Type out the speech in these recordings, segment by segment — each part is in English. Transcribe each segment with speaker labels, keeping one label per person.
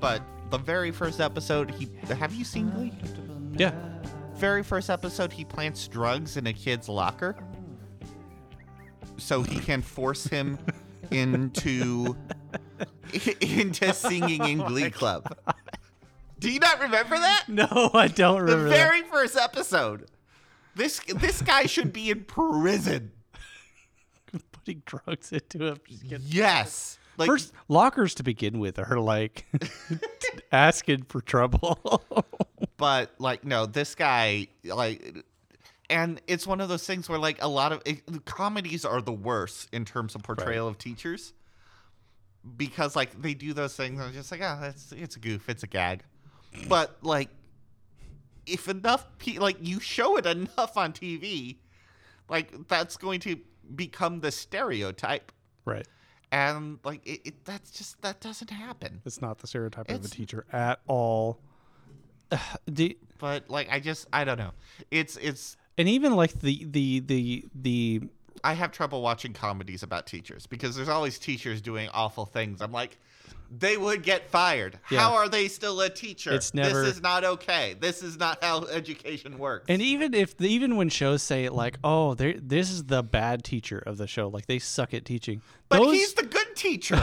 Speaker 1: but the very first episode, he have you seen Glee?
Speaker 2: Yeah.
Speaker 1: Very first episode, he plants drugs in a kid's locker, so he can force him into into singing in Glee Club. Do you not remember that?
Speaker 2: No, I don't
Speaker 1: The
Speaker 2: remember. that.
Speaker 1: very first episode. This this guy should be in prison.
Speaker 2: Putting drugs into him. Just get-
Speaker 1: Yes. Like
Speaker 2: First, lockers to begin with are like asking for trouble.
Speaker 1: but like no this guy like and it's one of those things where like a lot of it, comedies are the worst in terms of portrayal of teachers because like they do those things and i'm just like oh that's it's a goof it's a gag but like if enough pe- like you show it enough on tv like that's going to become the stereotype
Speaker 2: right.
Speaker 1: and like it, it that's just that doesn't happen
Speaker 2: It's not the stereotype of a
Speaker 1: It's-
Speaker 2: teacher at all. Do,
Speaker 1: but like i just i don't know it's it's
Speaker 2: and even like the the the the
Speaker 1: I have trouble watching comedies about teachers because there's always teachers doing awful things. I'm like, they would get fired.
Speaker 2: Yeah.
Speaker 1: How are they still a teacher?
Speaker 2: It's never-
Speaker 1: This is not okay. This is not how education works.
Speaker 2: and even if even when shows say like oh they this is the bad teacher of the show like they suck at teaching
Speaker 1: but
Speaker 2: those
Speaker 1: he's the good teacher.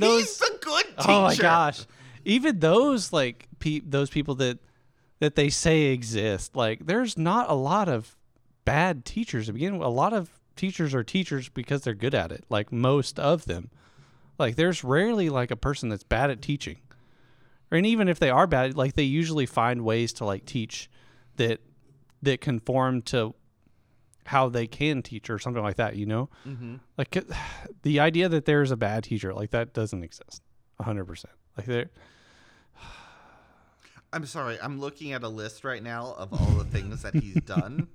Speaker 1: he's
Speaker 2: those
Speaker 1: the good teacher.
Speaker 2: oh my gosh even those like pe- those people that that they say exist like there's not a lot of bad teachers to begin with a lot of teachers are teachers because they're good at it like most of them like there's rarely like a person that's bad at teaching and even if they are bad like they usually find ways to like teach that that conform to how they can teach or something like that you know mm-hmm. like c- the idea that there's a bad teacher like that doesn't exist 100% like there
Speaker 1: I'm sorry. I'm looking at a list right now of all the things that he's done.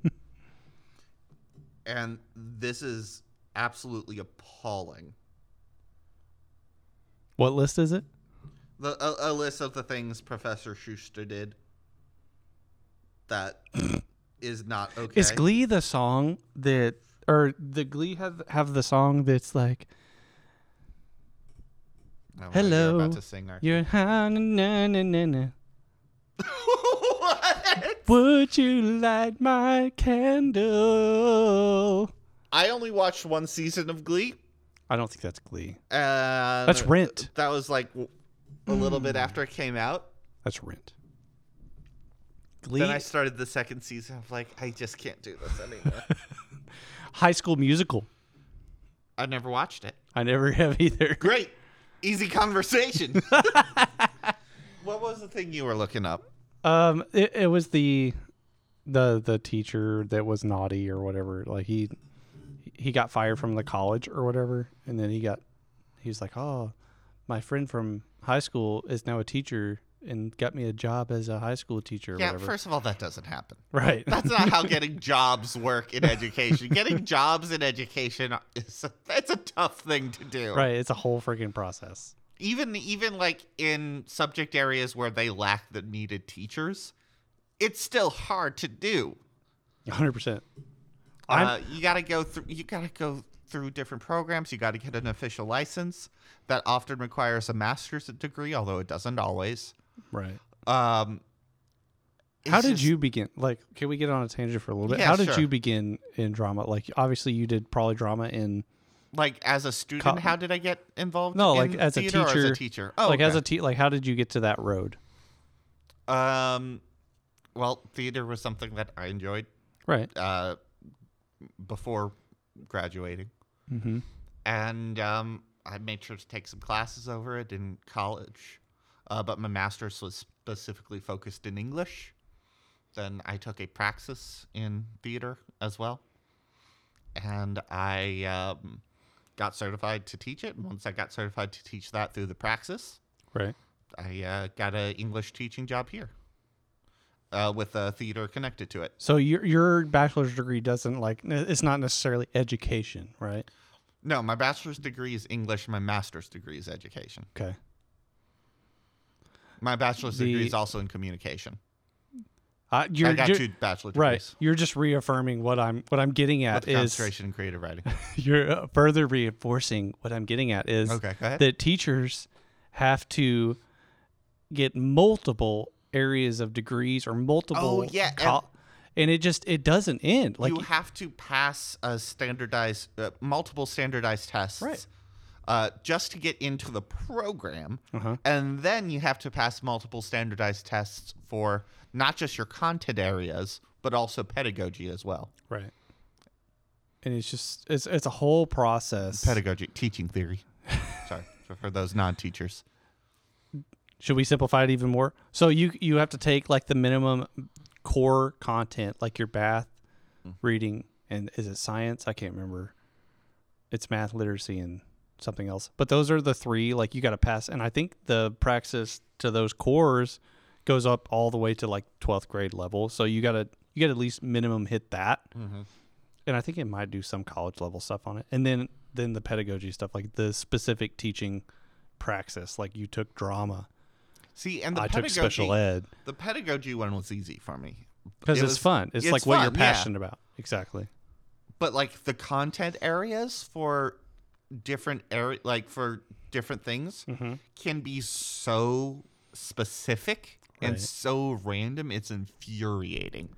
Speaker 1: and this is absolutely appalling.
Speaker 2: what list is it
Speaker 1: the a, a list of the things Professor Schuster did that is not okay.
Speaker 2: Is Glee the song that, or the Glee have have the song that's like,
Speaker 1: Oh,
Speaker 2: Hello.
Speaker 1: You're about to sing our.
Speaker 2: "You're high, na na na na,
Speaker 1: what?
Speaker 2: would you light my candle?"
Speaker 1: I only watched one season of Glee.
Speaker 2: I don't think that's Glee.
Speaker 1: Uh,
Speaker 2: That's Mm. Rent.
Speaker 1: That was like w- a little bit after it came out.
Speaker 2: That's Rent. Glee,
Speaker 1: Then I started the second season. I'm like, I just can't do this anymore.
Speaker 2: High School Musical.
Speaker 1: I never watched it.
Speaker 2: I never have either.
Speaker 1: Great, easy conversation. what was the thing you were looking up?
Speaker 2: Um, it, it was the, the the teacher that was naughty or whatever. Like he, he got fired from the college or whatever, and then he got, he was like, oh, my friend from high school is now a teacher and got me a job as a high school teacher. Or
Speaker 1: Yeah,
Speaker 2: whatever.
Speaker 1: first of all, that doesn't happen.
Speaker 2: right.
Speaker 1: That's not how getting jobs work in education. Getting jobs in education is a, that's a tough thing to do.
Speaker 2: right. It's a whole freaking process.
Speaker 1: Even even like in subject areas where they lack the needed teachers, it's still hard to do.
Speaker 2: Hundred percent.
Speaker 1: Uh, you got to go through. You got to go through different programs. You got to get an official license that often requires a master's degree, although it doesn't always.
Speaker 2: Right.
Speaker 1: Um,
Speaker 2: How
Speaker 1: it's
Speaker 2: did
Speaker 1: just-
Speaker 2: you begin? Like, can we get on a tangent for a little bit?
Speaker 1: Yeah,
Speaker 2: How did
Speaker 1: sure.
Speaker 2: you begin in drama? Like, obviously, you did probably drama in
Speaker 1: like as a student?
Speaker 2: Co-
Speaker 1: how did I get involved?
Speaker 2: no,
Speaker 1: in
Speaker 2: like as a
Speaker 1: theater or
Speaker 2: teacher,
Speaker 1: as a teacher. Oh,
Speaker 2: like as
Speaker 1: okay.
Speaker 2: a te- like how did you get to that road?
Speaker 1: Um, well, theater was something that I enjoyed
Speaker 2: Right.
Speaker 1: uh, before graduating,
Speaker 2: Mm-hmm.
Speaker 1: and um, I made sure to take some classes over it in college. Uh, but my master's was specifically focused in English. Then I took a praxis in theater as well, and I um, got certified to teach it. And once I got certified to teach that through the praxis,
Speaker 2: Right.
Speaker 1: I uh, got an English teaching job here uh, with a theater connected to it.
Speaker 2: So your your bachelor's degree doesn't like it's not necessarily education, right?
Speaker 1: No, my bachelor's degree is English. My master's degree is education.
Speaker 2: Okay.
Speaker 1: My bachelor's
Speaker 2: The-
Speaker 1: degree is also in communication.
Speaker 2: Uh, you're,
Speaker 1: I got
Speaker 2: you're-
Speaker 1: two bachelor
Speaker 2: Right.
Speaker 1: degrees.
Speaker 2: You're just reaffirming what I'm what I'm getting at
Speaker 1: With
Speaker 2: is
Speaker 1: concentration in creative writing.
Speaker 2: you're uh, further reinforcing what I'm getting at is
Speaker 1: Okay, go ahead.
Speaker 2: that teachers have to get multiple areas of degrees or multiple
Speaker 1: Oh, yeah, and-
Speaker 2: col- and, it just it doesn't end like
Speaker 1: you have to pass a standardized, uh, multiple standardized tests,
Speaker 2: Right.
Speaker 1: Uh, just to get into the program,
Speaker 2: Uh-huh.
Speaker 1: and then you have to pass multiple standardized tests for not just your content areas, but also pedagogy as well.
Speaker 2: right and it's just it's it's a whole process
Speaker 1: Pedagogy, teaching theory. Sorry for- for those non-teachers.
Speaker 2: should we simplify it even more so you you have to take like the minimum core content like your math reading and is it science i can't remember it's math literacy and something else but those are the three like you got to pass and i think the praxis to those cores goes up all the way to like 12th grade level so you got to you got to at least minimum hit that and i think it might do some college level stuff on it and then then the pedagogy stuff like the specific teaching praxis like you took drama
Speaker 1: See, and the
Speaker 2: I took
Speaker 1: pedagogy,
Speaker 2: special ed
Speaker 1: the pedagogy one was easy for me
Speaker 2: because
Speaker 1: It
Speaker 2: it's
Speaker 1: was-
Speaker 2: fun. It's, like what you're
Speaker 1: fun, yeah.
Speaker 2: passionate about. Exactly.
Speaker 1: but like the content areas for different area like for different things
Speaker 2: Mm-hmm.
Speaker 1: can be so specific and
Speaker 2: Right.
Speaker 1: so random it's infuriating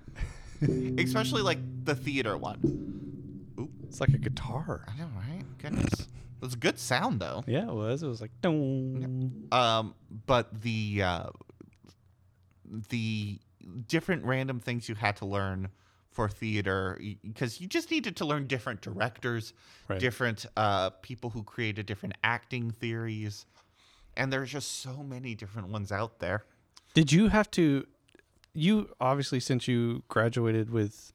Speaker 1: especially like the theater one
Speaker 2: It's like a guitar.
Speaker 1: i know right goodness it was good sound though
Speaker 2: Yeah, it was. It was like dong.
Speaker 1: um but the uh the different random things you had to learn for theater because you just needed to learn different directors
Speaker 2: Right.
Speaker 1: different uh people who created different acting theories and there's just so many different ones out there
Speaker 2: Did you have to? You obviously, since you graduated with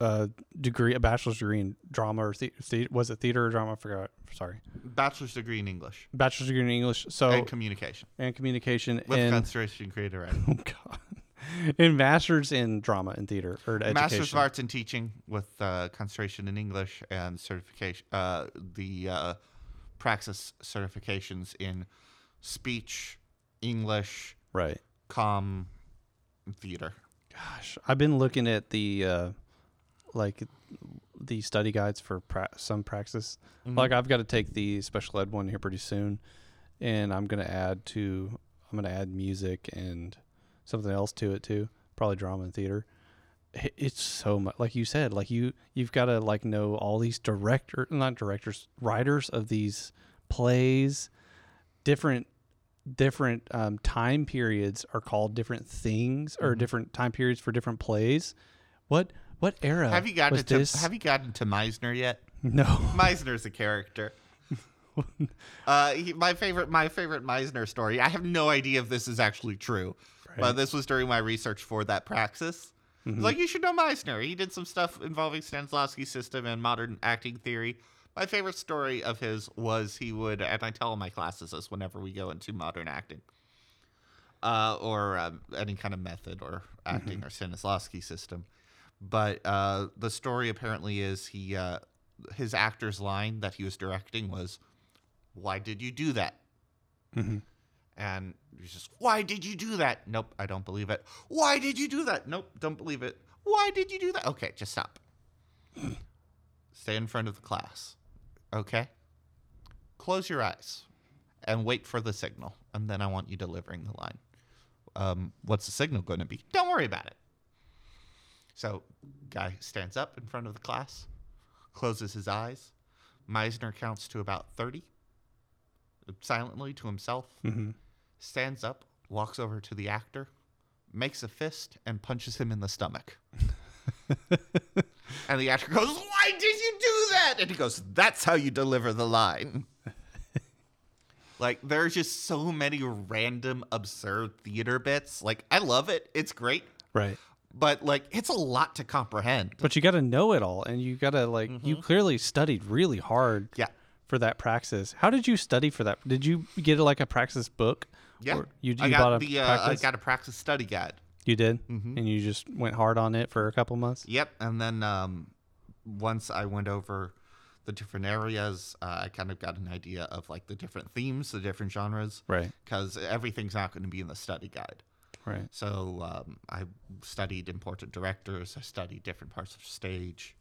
Speaker 2: a degree, a bachelor's degree in drama or the, the, was it theater or drama? I forgot. Sorry,
Speaker 1: bachelor's degree in english
Speaker 2: bachelor's degree in English. So
Speaker 1: and communication
Speaker 2: and communication
Speaker 1: with
Speaker 2: Oh, and
Speaker 1: conservation creative writing
Speaker 2: oh god, and master's in drama and theater or education.
Speaker 1: master's of arts in teaching with uh, concentration in english and certification uh, the uh, praxis certifications in speech english
Speaker 2: Right.
Speaker 1: com theater
Speaker 2: Gosh, I've been looking at the uh, like the study guides for pra- some praxis.
Speaker 1: Mm-hmm.
Speaker 2: Like I've got to take the special ed one here pretty soon, and I'm gonna add to I'm gonna add music and something else to it too. Probably drama and theater. I- It's so much like you said. Like you you've got to like know all these director not directors writers of these plays, different different um, time periods are called different things
Speaker 1: Mm-hmm.
Speaker 2: or different time periods for different plays. What what era
Speaker 1: have you gotten
Speaker 2: Uh, was
Speaker 1: to
Speaker 2: this?
Speaker 1: have you gotten to meisner yet
Speaker 2: no.
Speaker 1: Meisner's a character. uh, he, my favorite, my favorite Meisner story. I have no idea if this is actually true, but this was during my research for that praxis. It's Like you should know Meisner. He did some stuff involving Stanislavski's system and modern acting theory. My favorite story of his was he would, and I tell my classes this whenever we go into modern acting, uh, or um, any kind of method or acting or Stanislavski system. But uh, the story apparently is he uh, his actor's line that he was directing was, "Why did you do that?" And he's just, "Why did you do that?" Nope, I don't believe it. Why did you do that? Nope, don't believe it. Why did you do that? Okay, just stop. Stay in front of the class. Okay. Close your eyes and wait for the signal, and then I want you delivering the line. Um, what's the signal going to be? Don't worry about it. So, guy stands up in front of the class, closes his eyes. Meisner counts to about 30, silently to himself, stands up, walks over to the actor, makes a fist, and punches him in the stomach. and the actor goes, Why did you do that? And he goes, That's how you deliver the line. like, there's just so many random, absurd theater bits. Like, I love it. It's great.
Speaker 2: Right.
Speaker 1: But, like, it's a lot to comprehend.
Speaker 2: But you got to know it all, and you got to like you clearly studied really hard.
Speaker 1: Mm-hmm. Yeah.
Speaker 2: For that praxis, how did you study for that? Did you get like a praxis book?
Speaker 1: Yeah,
Speaker 2: Or you, you
Speaker 1: I
Speaker 2: bought a
Speaker 1: got the uh, I
Speaker 2: praxis?
Speaker 1: got Mm-hmm. a praxis study guide.
Speaker 2: you did, and you just went hard on it for a couple months.
Speaker 1: Yep, and then um, once I went over the different areas, uh, I kind of got an idea of like the different themes, the different genres,
Speaker 2: Right.
Speaker 1: Because everything's not going to be in the study guide.
Speaker 2: Right.
Speaker 1: So um, I studied important directors. I studied different parts of stage,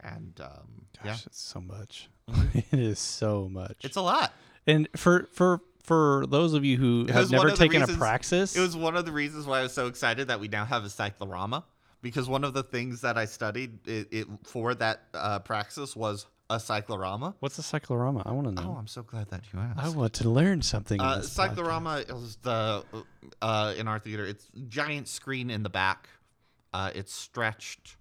Speaker 1: and um, yeah, Mm-hmm.
Speaker 2: Gosh, it's so much. it is so much.
Speaker 1: it's a lot.
Speaker 2: and for for for those of you who
Speaker 1: It
Speaker 2: have
Speaker 1: was one
Speaker 2: never
Speaker 1: of the
Speaker 2: taken
Speaker 1: reasons-
Speaker 2: a praxis,
Speaker 1: It was one of the reasons why I was so excited that we now have a cyclorama because one of the things that I studied it, it for that uh, praxis was a cyclorama.
Speaker 2: what's a cyclorama? I want to
Speaker 1: Oh,
Speaker 2: know.
Speaker 1: I'm so glad that you asked.
Speaker 2: I want to learn something. in
Speaker 1: Oh, Uh,
Speaker 2: this podcast.
Speaker 1: cyclorama is the uh, in our theater. It's giant screen in the back. Uh, it's stretched,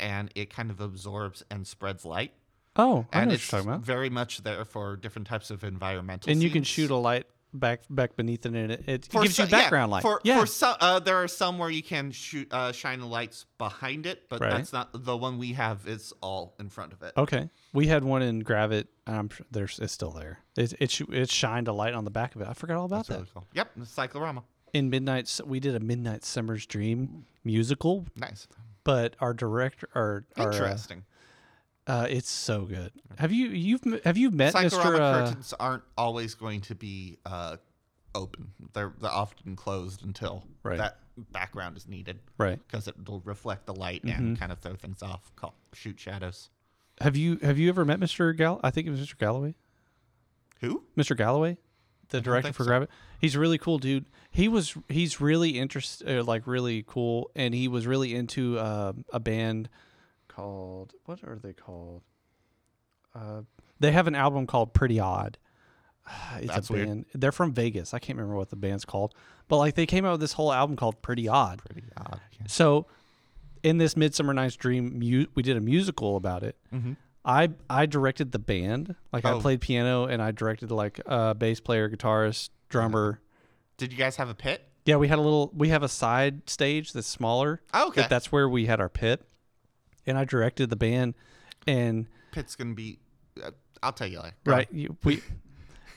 Speaker 1: and it kind of absorbs and spreads light.
Speaker 2: Oh, I
Speaker 1: and
Speaker 2: know what
Speaker 1: it's
Speaker 2: you're talking about.
Speaker 1: very much there for different types of environmental.
Speaker 2: And you can
Speaker 1: scenes.
Speaker 2: shoot a light back back beneath it, and it, it
Speaker 1: For
Speaker 2: gives you
Speaker 1: so- yeah,
Speaker 2: background light.
Speaker 1: For,
Speaker 2: yeah,
Speaker 1: for some, uh, there are some where you can shoot uh, shine lights behind it, but
Speaker 2: Right. Oh,
Speaker 1: that's not the one we have. It's all in front of it.
Speaker 2: Okay. We had one in Gravit, and I'm sure there's it's still there. It it sh- it shined a light on the back of it. I forgot all about
Speaker 1: That's
Speaker 2: that.
Speaker 1: really cool. Yep, the cyclorama.
Speaker 2: In Midnight, S- we did a Midnight Summer's Dream musical,
Speaker 1: Nice, but
Speaker 2: but our director, our, our uh,
Speaker 1: interesting.
Speaker 2: uh, it's so good. Have you you've m- have you met Mister?
Speaker 1: cyclorama
Speaker 2: Uh,
Speaker 1: curtains aren't always going to be uh, open. They're they're often closed until
Speaker 2: Right.
Speaker 1: that background is needed
Speaker 2: right. Mm-hmm.
Speaker 1: because it'll reflect the light and kind of throw things off, call, shoot shadows.
Speaker 2: Have you have you ever met Mister Gal? I think it was Mister Galloway.
Speaker 1: Who?
Speaker 2: Mr. Galloway, the director
Speaker 1: think
Speaker 2: for
Speaker 1: so.
Speaker 2: Gravit. He's a really cool dude. He was he's really interest uh, like really cool, and he was really into uh, a band called what are they called? Uh, they have an album called Pretty Odd. It's
Speaker 1: That's
Speaker 2: a
Speaker 1: weird.
Speaker 2: band. They're from Vegas. I can't remember what the band's called, but like they came out with this whole album called Pretty Odd.
Speaker 1: Pretty odd. yeah.
Speaker 2: So, in this Midsummer Night's Dream, mu- we did a musical about it. I I directed the band, like
Speaker 1: Mm-hmm. Oh.
Speaker 2: I played piano and I directed like uh, bass player, guitarist,
Speaker 1: Mm-hmm.
Speaker 2: drummer.
Speaker 1: Did you guys have a pit?
Speaker 2: Yeah, we had a little. We have a side stage that's smaller.
Speaker 1: Oh, okay.
Speaker 2: but that's where we had our pit, and I directed the band, and
Speaker 1: Pit's gonna be. Uh, I'll tell you later. Go
Speaker 2: right you, we,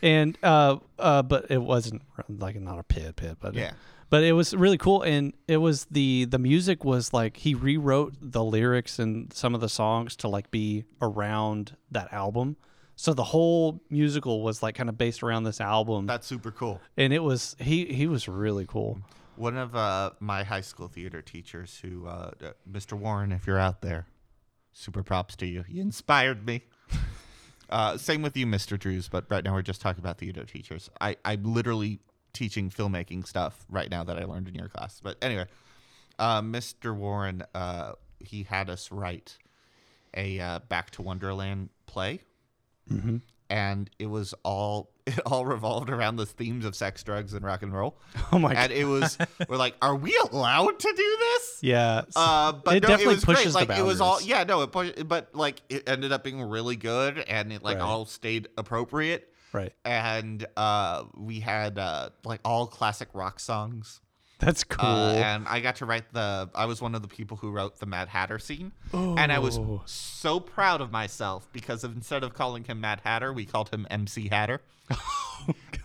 Speaker 2: and uh uh, but it wasn't like not a pit pit, but
Speaker 1: Yeah.
Speaker 2: but it was really cool and it was the the music was like he rewrote the lyrics and some of the songs to like be around that album so the whole musical was like kind of based around this album
Speaker 1: That's super cool.
Speaker 2: and it was he he was really cool
Speaker 1: One of uh, my high school theater teachers, who uh, uh, Mr. Warren, if you're out there, super props to you. You inspired me. uh, same with you, Mr. Drews. But right now we're just talking about theater teachers. I I'm literally teaching filmmaking stuff right now that I learned in your class. But anyway, uh, Mr. Warren, uh, he had us write a uh, Back to Wonderland play. And it was all it all revolved around the themes of sex, drugs, and rock and roll
Speaker 2: oh my god
Speaker 1: and it was we're like, are we allowed to do this?
Speaker 2: yeah
Speaker 1: Uh, but
Speaker 2: It
Speaker 1: no,
Speaker 2: definitely
Speaker 1: it was great.
Speaker 2: pushes the
Speaker 1: like it was all
Speaker 2: boundaries.
Speaker 1: yeah no it push, but like it ended up being really good and it like
Speaker 2: Right.
Speaker 1: all stayed appropriate
Speaker 2: right
Speaker 1: and uh we had uh like all classic rock songs
Speaker 2: that's cool
Speaker 1: uh, and I got to write the I was one of the people who wrote the Mad Hatter scene and I was
Speaker 2: Oh.
Speaker 1: so proud of myself because instead of calling him Mad Hatter we called him MC Hatter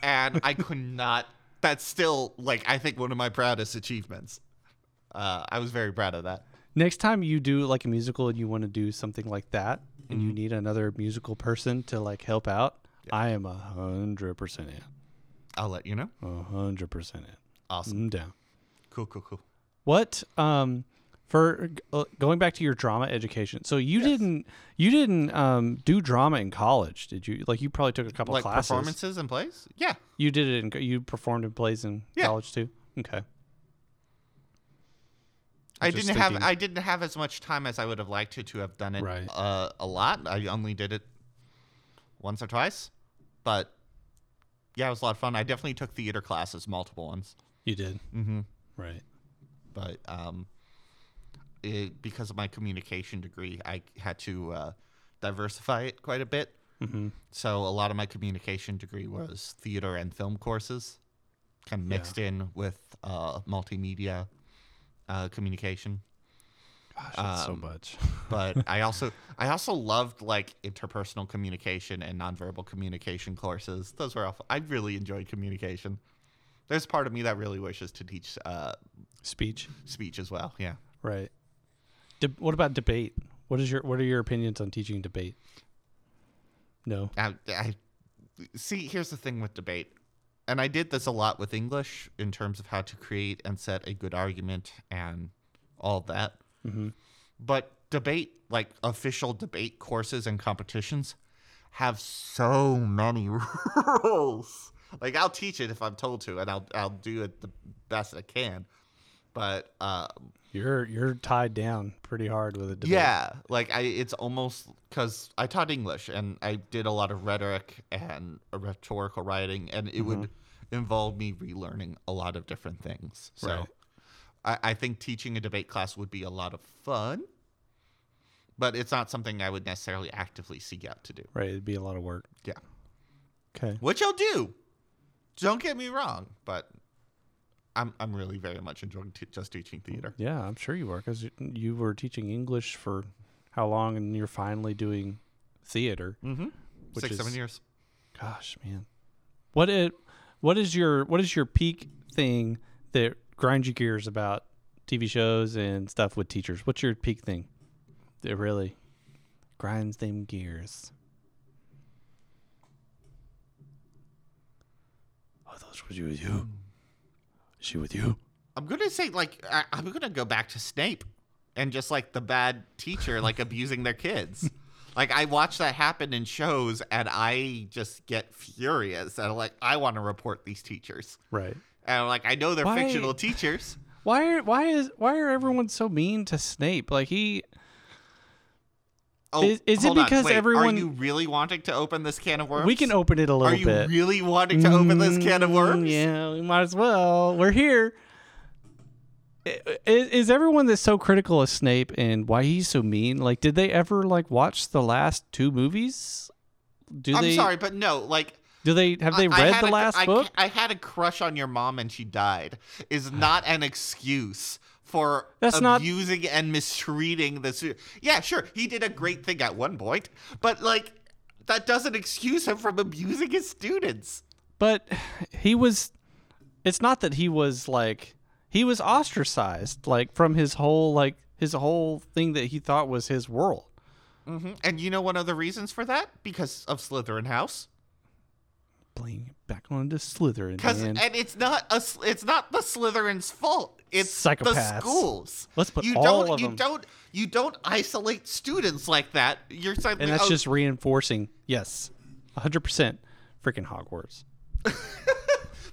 Speaker 1: and I could not that's still like I think one of my proudest achievements uh, I was very proud of that
Speaker 2: next time you do like a musical and you want to do something like that and you need another musical person to like help out i am a hundred percent in
Speaker 1: I'll let you know
Speaker 2: a hundred percent in
Speaker 1: awesome
Speaker 2: i'm down
Speaker 1: cool cool cool
Speaker 2: What um for uh, going back to your drama education? So you didn't you didn't um do drama in college, did you? Like you probably took a couple
Speaker 1: like
Speaker 2: classes.
Speaker 1: performances and plays yeah
Speaker 2: You did it in co- you performed in plays in
Speaker 1: Yeah.
Speaker 2: college too. Okay.
Speaker 1: I
Speaker 2: just
Speaker 1: didn't have
Speaker 2: thinking-
Speaker 1: I didn't have as much time as I would have liked to to have done it
Speaker 2: Right.
Speaker 1: uh, a lot. I only did it once or twice, but yeah, it was a lot of fun. I definitely took theater classes, multiple ones,
Speaker 2: You did.
Speaker 1: Mhm.
Speaker 2: Right.
Speaker 1: but um, it, because of my communication degree, I had to uh, diversify it quite a bit.
Speaker 2: Mhm.
Speaker 1: So a lot of my communication degree was theater and film courses, kind of mixed in with uh, multimedia uh, communication.
Speaker 2: Gosh, that's so
Speaker 1: Um,
Speaker 2: much.
Speaker 1: but I also I also loved like interpersonal communication and nonverbal communication courses. Those were awful. I really enjoyed communication. There's part of me that really wishes to teach uh,
Speaker 2: Speech.
Speaker 1: speech as well. Yeah,
Speaker 2: Right. De- what about debate? What is your what are your opinions on teaching debate? No.
Speaker 1: I, I see. Here's the thing with debate, and I did this a lot with English in terms of how to create and set a good argument and all that. But debate, like official debate courses and competitions, have so many rules. Like I'll teach it if I'm told to, and I'll I'll do it the best I can. But uh,
Speaker 2: You're you're tied down pretty hard with a debate.
Speaker 1: yeah, like I, it's almost because I taught English and I did a lot of rhetoric and rhetorical writing, and it would involve me relearning a lot of different things. So,
Speaker 2: Mm-hmm. Right.
Speaker 1: I, I think teaching a debate class would be a lot of fun, but it's not something I would necessarily actively seek out to do.
Speaker 2: Right, it'd be a lot of work.
Speaker 1: Yeah,
Speaker 2: Okay.
Speaker 1: which I'll do. Don't get me wrong, but I'm I'm really very much enjoying t- just teaching theater.
Speaker 2: Yeah, I'm sure you were because you were teaching English for how long, and you're finally doing theater.
Speaker 1: Mm-hmm.
Speaker 2: Which
Speaker 1: Six
Speaker 2: is-
Speaker 1: seven years.
Speaker 2: Gosh, man, what it, what is your what is your peak thing that grinds your gears about TV shows and stuff with teachers? What's your peak thing that really grinds them gears? Oh, those was you with you. Is she with you?
Speaker 1: I'm gonna say like I, I'm gonna go back to Snape and just like the bad teacher like abusing their kids. Like I watch that happen in shows and I just get furious and I'm like I want to report these teachers.
Speaker 2: Right.
Speaker 1: And I'm like I know they're
Speaker 2: Why-
Speaker 1: fictional teachers.
Speaker 2: Why are why is why are everyone so mean to Snape? Like he
Speaker 1: Oh,
Speaker 2: Is- is it
Speaker 1: hold on,
Speaker 2: because
Speaker 1: wait,
Speaker 2: everyone-
Speaker 1: Are you really wanting to open this can of worms?
Speaker 2: we can open it a
Speaker 1: Are
Speaker 2: little
Speaker 1: you
Speaker 2: bit.
Speaker 1: really wanting to open this can of
Speaker 2: Mm,
Speaker 1: worms?
Speaker 2: Yeah, we might as well. We're here. I- i- Is, everyone that's so critical of Snape and why he's so mean? Like, did they ever like watch the last two movies? Do
Speaker 1: I'm
Speaker 2: they?
Speaker 1: sorry, but no. Like
Speaker 2: Do they have they
Speaker 1: I- I
Speaker 2: read
Speaker 1: had
Speaker 2: the
Speaker 1: a-
Speaker 2: last
Speaker 1: I-
Speaker 2: book?
Speaker 1: I had a crush on your mom and she died is not an excuse for
Speaker 2: That's not-
Speaker 1: abusing and mistreating this. Yeah, sure, he did a great thing at one point, but like that doesn't excuse him from abusing his students.
Speaker 2: but he was. It's not that he was like he was ostracized like from his whole like his whole thing that he thought was his world.
Speaker 1: hmm And you know one of the reasons for that because of Slytherin House.
Speaker 2: Bling back onto Slytherin.
Speaker 1: Because
Speaker 2: man.
Speaker 1: and it's not a, s- it's not the Slytherin's fault. It's the
Speaker 2: Psychopaths.
Speaker 1: schools.
Speaker 2: Let's put
Speaker 1: you
Speaker 2: all
Speaker 1: don't,
Speaker 2: of
Speaker 1: you
Speaker 2: them.
Speaker 1: don't you don't isolate students like that. You're suddenly
Speaker 2: and that's
Speaker 1: oh,
Speaker 2: just reinforcing yes 100% freaking hogwarts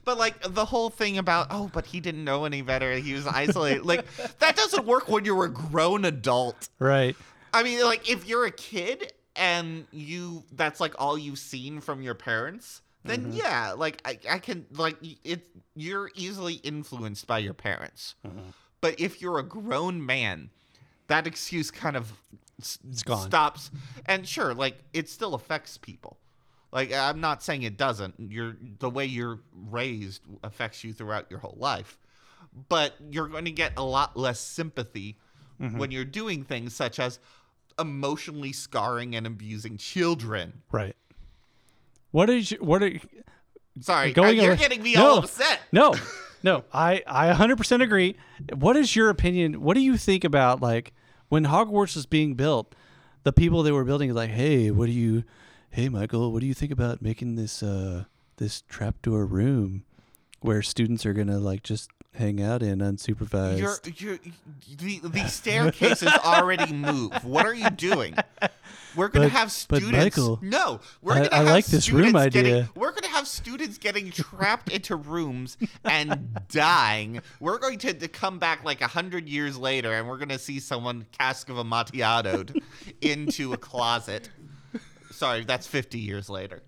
Speaker 1: But like the whole thing about oh, but he didn't know any better. He was isolated. like that doesn't work when you're a grown adult.
Speaker 2: right
Speaker 1: I mean, like if you're a kid and you that's like all you've seen from your parents, then yeah, like I, I can like y- it. You're easily influenced by your parents. But if you're a grown man, that excuse kind of s-
Speaker 2: gone.
Speaker 1: stops. And sure, like it still affects people. Like I'm not saying it doesn't. You're the way you're raised affects you throughout your whole life. But you're going to get a lot less sympathy
Speaker 2: Mm-hmm.
Speaker 1: when you're doing things such as emotionally scarring and abusing children.
Speaker 2: right what is your, what are you-
Speaker 1: Sorry,
Speaker 2: Going
Speaker 1: uh, you're
Speaker 2: over-
Speaker 1: getting me
Speaker 2: No.
Speaker 1: all upset.
Speaker 2: no no i i 100% agree what is your opinion what do you think about like when hogwarts was being built the people that were building it like hey what do you hey michael what do you think about making this uh this trapdoor room where students are gonna like just hang out in unsupervised
Speaker 1: You're, you're, the, the staircases already move. What are you doing? We're gonna
Speaker 2: But-
Speaker 1: have
Speaker 2: but
Speaker 1: students.
Speaker 2: Michael,
Speaker 1: no, we're
Speaker 2: I-
Speaker 1: gonna
Speaker 2: I
Speaker 1: have
Speaker 2: like this room
Speaker 1: students getting-
Speaker 2: idea.
Speaker 1: We're gonna have students getting trapped into rooms and dying. We're going to, to come back like a hundred years later, and we're gonna see someone cask of amontillado into a closet. Sorry, that's fifty years later.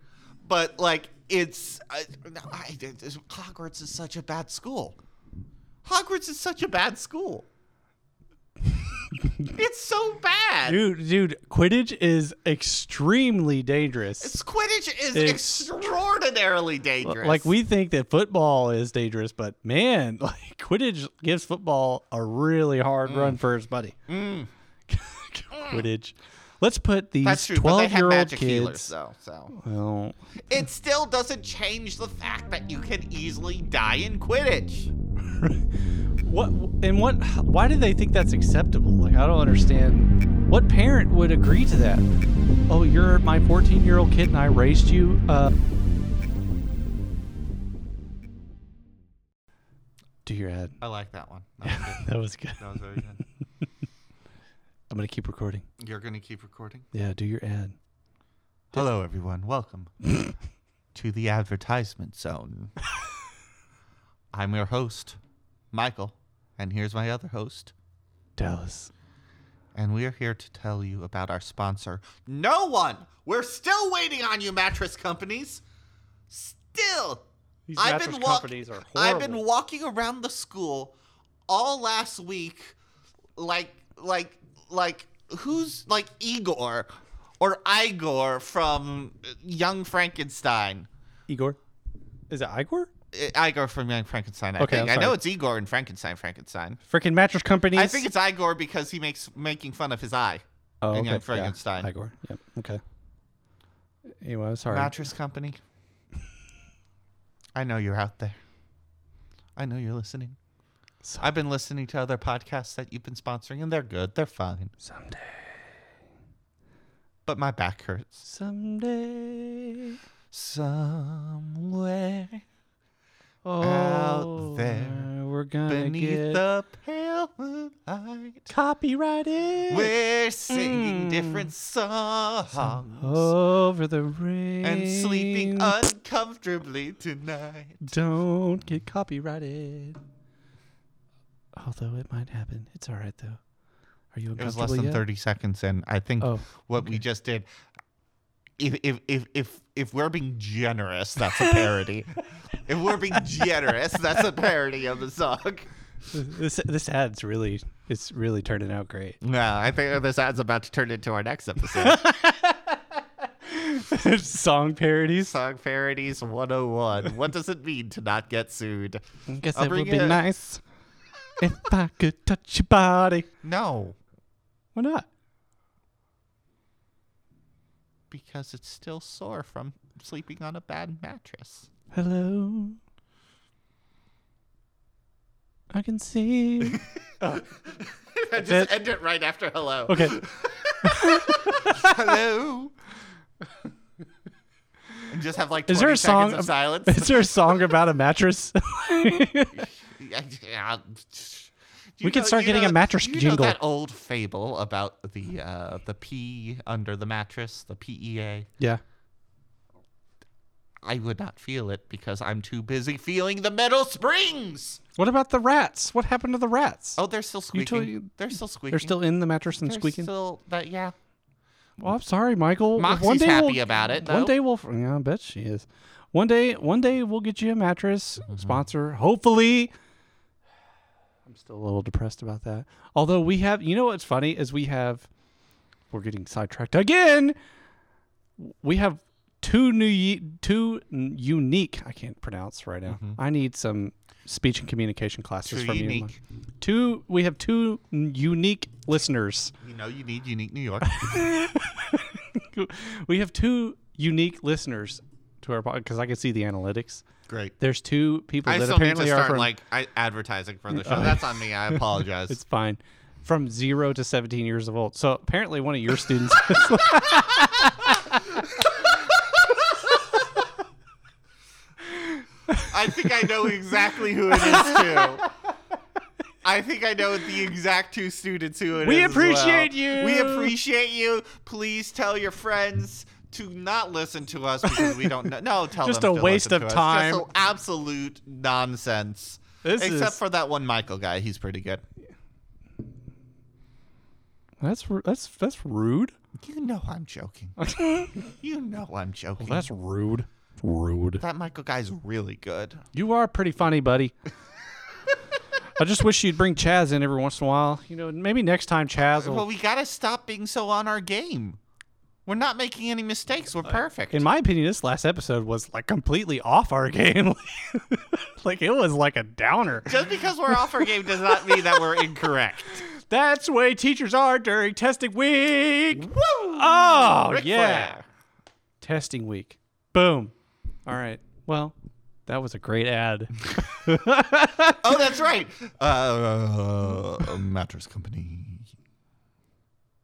Speaker 1: But like, it's I, I, Hogwarts is such a bad school. Hogwarts is such a bad school. it's so bad.
Speaker 2: Dude, dude, Quidditch is extremely dangerous.
Speaker 1: It's- Quidditch is
Speaker 2: It's-
Speaker 1: extraordinarily dangerous.
Speaker 2: Like we think that football is dangerous, but man, like Quidditch gives football a really hard
Speaker 1: Mm.
Speaker 2: run for its buddy. Quidditch. Let's put
Speaker 1: that's
Speaker 2: these
Speaker 1: true. But they had
Speaker 2: twelve-year-old
Speaker 1: magic
Speaker 2: kids.
Speaker 1: healers, though. So
Speaker 2: Well,
Speaker 1: it still doesn't change the fact that you can easily die in Quidditch.
Speaker 2: what and what? Why do they think that's acceptable? Like I don't understand. What parent would agree to that? Oh, you're my fourteen-year-old kid, and I raised you. Uh, do your ad.
Speaker 1: I like that one. That was, good.
Speaker 2: That was good.
Speaker 1: That was very good.
Speaker 2: I'm gonna keep recording.
Speaker 1: You're gonna keep recording.
Speaker 2: Yeah, do your ad.
Speaker 1: Hello, everyone. Welcome to the advertisement zone. I'm your host, Michael, and here's my other host.
Speaker 2: Dallas.
Speaker 1: And we are here to tell you about our sponsor. No one! We're still waiting on you, mattress companies! Still!
Speaker 2: These
Speaker 1: I've
Speaker 2: mattress
Speaker 1: been, walk-
Speaker 2: companies are
Speaker 1: I've been
Speaker 2: horrible.
Speaker 1: walking around the school all last week like like like who's like Igor or Igor from Young Frankenstein.
Speaker 2: Igor. Is it Igor?
Speaker 1: I- Igor from Young Frankenstein. I
Speaker 2: Okay,
Speaker 1: think.
Speaker 2: I'm
Speaker 1: I know
Speaker 2: sorry.
Speaker 1: it's Igor in Frankenstein. Frankenstein.
Speaker 2: Freaking mattress companies.
Speaker 1: I think it's Igor because he makes making fun of his eye.
Speaker 2: oh,
Speaker 1: in Young
Speaker 2: yeah,
Speaker 1: Frankenstein.
Speaker 2: Igor. Yep. Okay. Anyway, sorry.
Speaker 1: Mattress company. I know you're out there. I know you're listening.
Speaker 2: So-
Speaker 1: I've been listening to other podcasts that you've been sponsoring, and they're good. They're fine.
Speaker 2: Someday.
Speaker 1: But my back hurts.
Speaker 2: Someday.
Speaker 1: Somewhere
Speaker 2: Oh,
Speaker 1: there,
Speaker 2: We're gonna
Speaker 1: beneath
Speaker 2: get
Speaker 1: the pale moonlight,
Speaker 2: copyrighted
Speaker 1: we're singing
Speaker 2: Mm.
Speaker 1: different songs.
Speaker 2: over the rain
Speaker 1: and sleeping uncomfortably tonight.
Speaker 2: Don't get copyrighted. Although it might happen, it's all right though. Are you
Speaker 1: It was less than
Speaker 2: uncomfortable yet?
Speaker 1: 30 seconds, and I think
Speaker 2: Oh,
Speaker 1: what we just did. If, if if if if we're being generous, that's a parody. if we're being generous, that's a parody of the song.
Speaker 2: this this ad's really it's really turning out great.
Speaker 1: No, I think this ad's about to turn into our next episode.
Speaker 2: Song parodies.
Speaker 1: song parodies 101. What does it mean to not get sued?
Speaker 2: I guess
Speaker 1: I'll
Speaker 2: it
Speaker 1: bring
Speaker 2: would be
Speaker 1: it.
Speaker 2: nice if I could touch your body.
Speaker 1: No,
Speaker 2: Why not?
Speaker 1: because it's still sore from sleeping on a bad mattress.
Speaker 2: Hello. I can see.
Speaker 1: I just
Speaker 2: it.
Speaker 1: end it right after hello.
Speaker 2: Okay.
Speaker 1: Hello. and just have like 20
Speaker 2: Is there a
Speaker 1: seconds
Speaker 2: song
Speaker 1: of
Speaker 2: ab-
Speaker 1: silence.
Speaker 2: Is there a song about a mattress?
Speaker 1: Yeah. You
Speaker 2: We could start
Speaker 1: you
Speaker 2: getting a mattress
Speaker 1: you know
Speaker 2: jingle.
Speaker 1: that old fable about the uh, the pee under the mattress, the PEA.
Speaker 2: yeah.
Speaker 1: I would not feel it because I'm too busy feeling the metal springs.
Speaker 2: What about the rats? What happened to the rats?
Speaker 1: Oh, they're still
Speaker 2: You told
Speaker 1: squeaking.
Speaker 2: you-
Speaker 1: they're still squeaking.
Speaker 2: They're still in the mattress and
Speaker 1: They're
Speaker 2: squeaking.
Speaker 1: still- that yeah.
Speaker 2: well, I'm sorry, Michael.
Speaker 1: Moxie's
Speaker 2: one day
Speaker 1: happy
Speaker 2: we'll,
Speaker 1: about it.
Speaker 2: One
Speaker 1: though.
Speaker 2: day we'll. Yeah, I bet she is. One day, one day we'll get you a mattress
Speaker 1: Mm-hmm.
Speaker 2: sponsor. Hopefully. I'm still a little depressed about that. Although we have, you know what's funny is we have, we're getting sidetracked again. We have two new, ye- two n- unique. I can't pronounce right now. I need some speech and communication classes
Speaker 1: Two
Speaker 2: from you.
Speaker 1: Mm-hmm. unique.
Speaker 2: Mike. Two. We have two n- unique listeners.
Speaker 1: You know you need unique New York.
Speaker 2: we have two unique listeners to our podcast because I can see the analytics.
Speaker 1: Great.
Speaker 2: There's two people
Speaker 1: I
Speaker 2: that
Speaker 1: still need to
Speaker 2: apparently are
Speaker 1: start
Speaker 2: from.
Speaker 1: like I, advertising for the show. That's on me. I apologize.
Speaker 2: it's fine, from zero to 17 years of old. So apparently, one of your students.
Speaker 1: I think I know exactly who it is too. I think I know the exact two students who it is.
Speaker 2: We
Speaker 1: as well.
Speaker 2: appreciate you.
Speaker 1: We appreciate you. Please tell your friends to not listen to us because we don't know. No, tell
Speaker 2: Just
Speaker 1: them
Speaker 2: a
Speaker 1: to
Speaker 2: waste
Speaker 1: listen
Speaker 2: of
Speaker 1: to us.
Speaker 2: time.
Speaker 1: Just a absolute nonsense.
Speaker 2: This
Speaker 1: Except
Speaker 2: is-
Speaker 1: for that one Michael guy, he's pretty good.
Speaker 2: that's ru- that's that's rude.
Speaker 1: You know I'm joking. You know I'm joking.
Speaker 2: that's rude. Rude.
Speaker 1: that Michael guy's really good.
Speaker 2: You are pretty funny, buddy. I just wish you'd bring Chaz in every once in a while. You know, maybe next time Chaz will.
Speaker 1: Well, we gotta stop being so on our game. We're not making any mistakes. We're perfect.
Speaker 2: Uh, in my opinion, this last episode was like completely off our game. like it was like a downer.
Speaker 1: Just because we're off our game does not mean that we're incorrect.
Speaker 2: That's the way teachers are during testing week. Oh
Speaker 1: Ric
Speaker 2: yeah,
Speaker 1: Flair.
Speaker 2: testing week. Boom. All right. Well, that was a great ad.
Speaker 1: Oh, that's right. Uh, mattress company.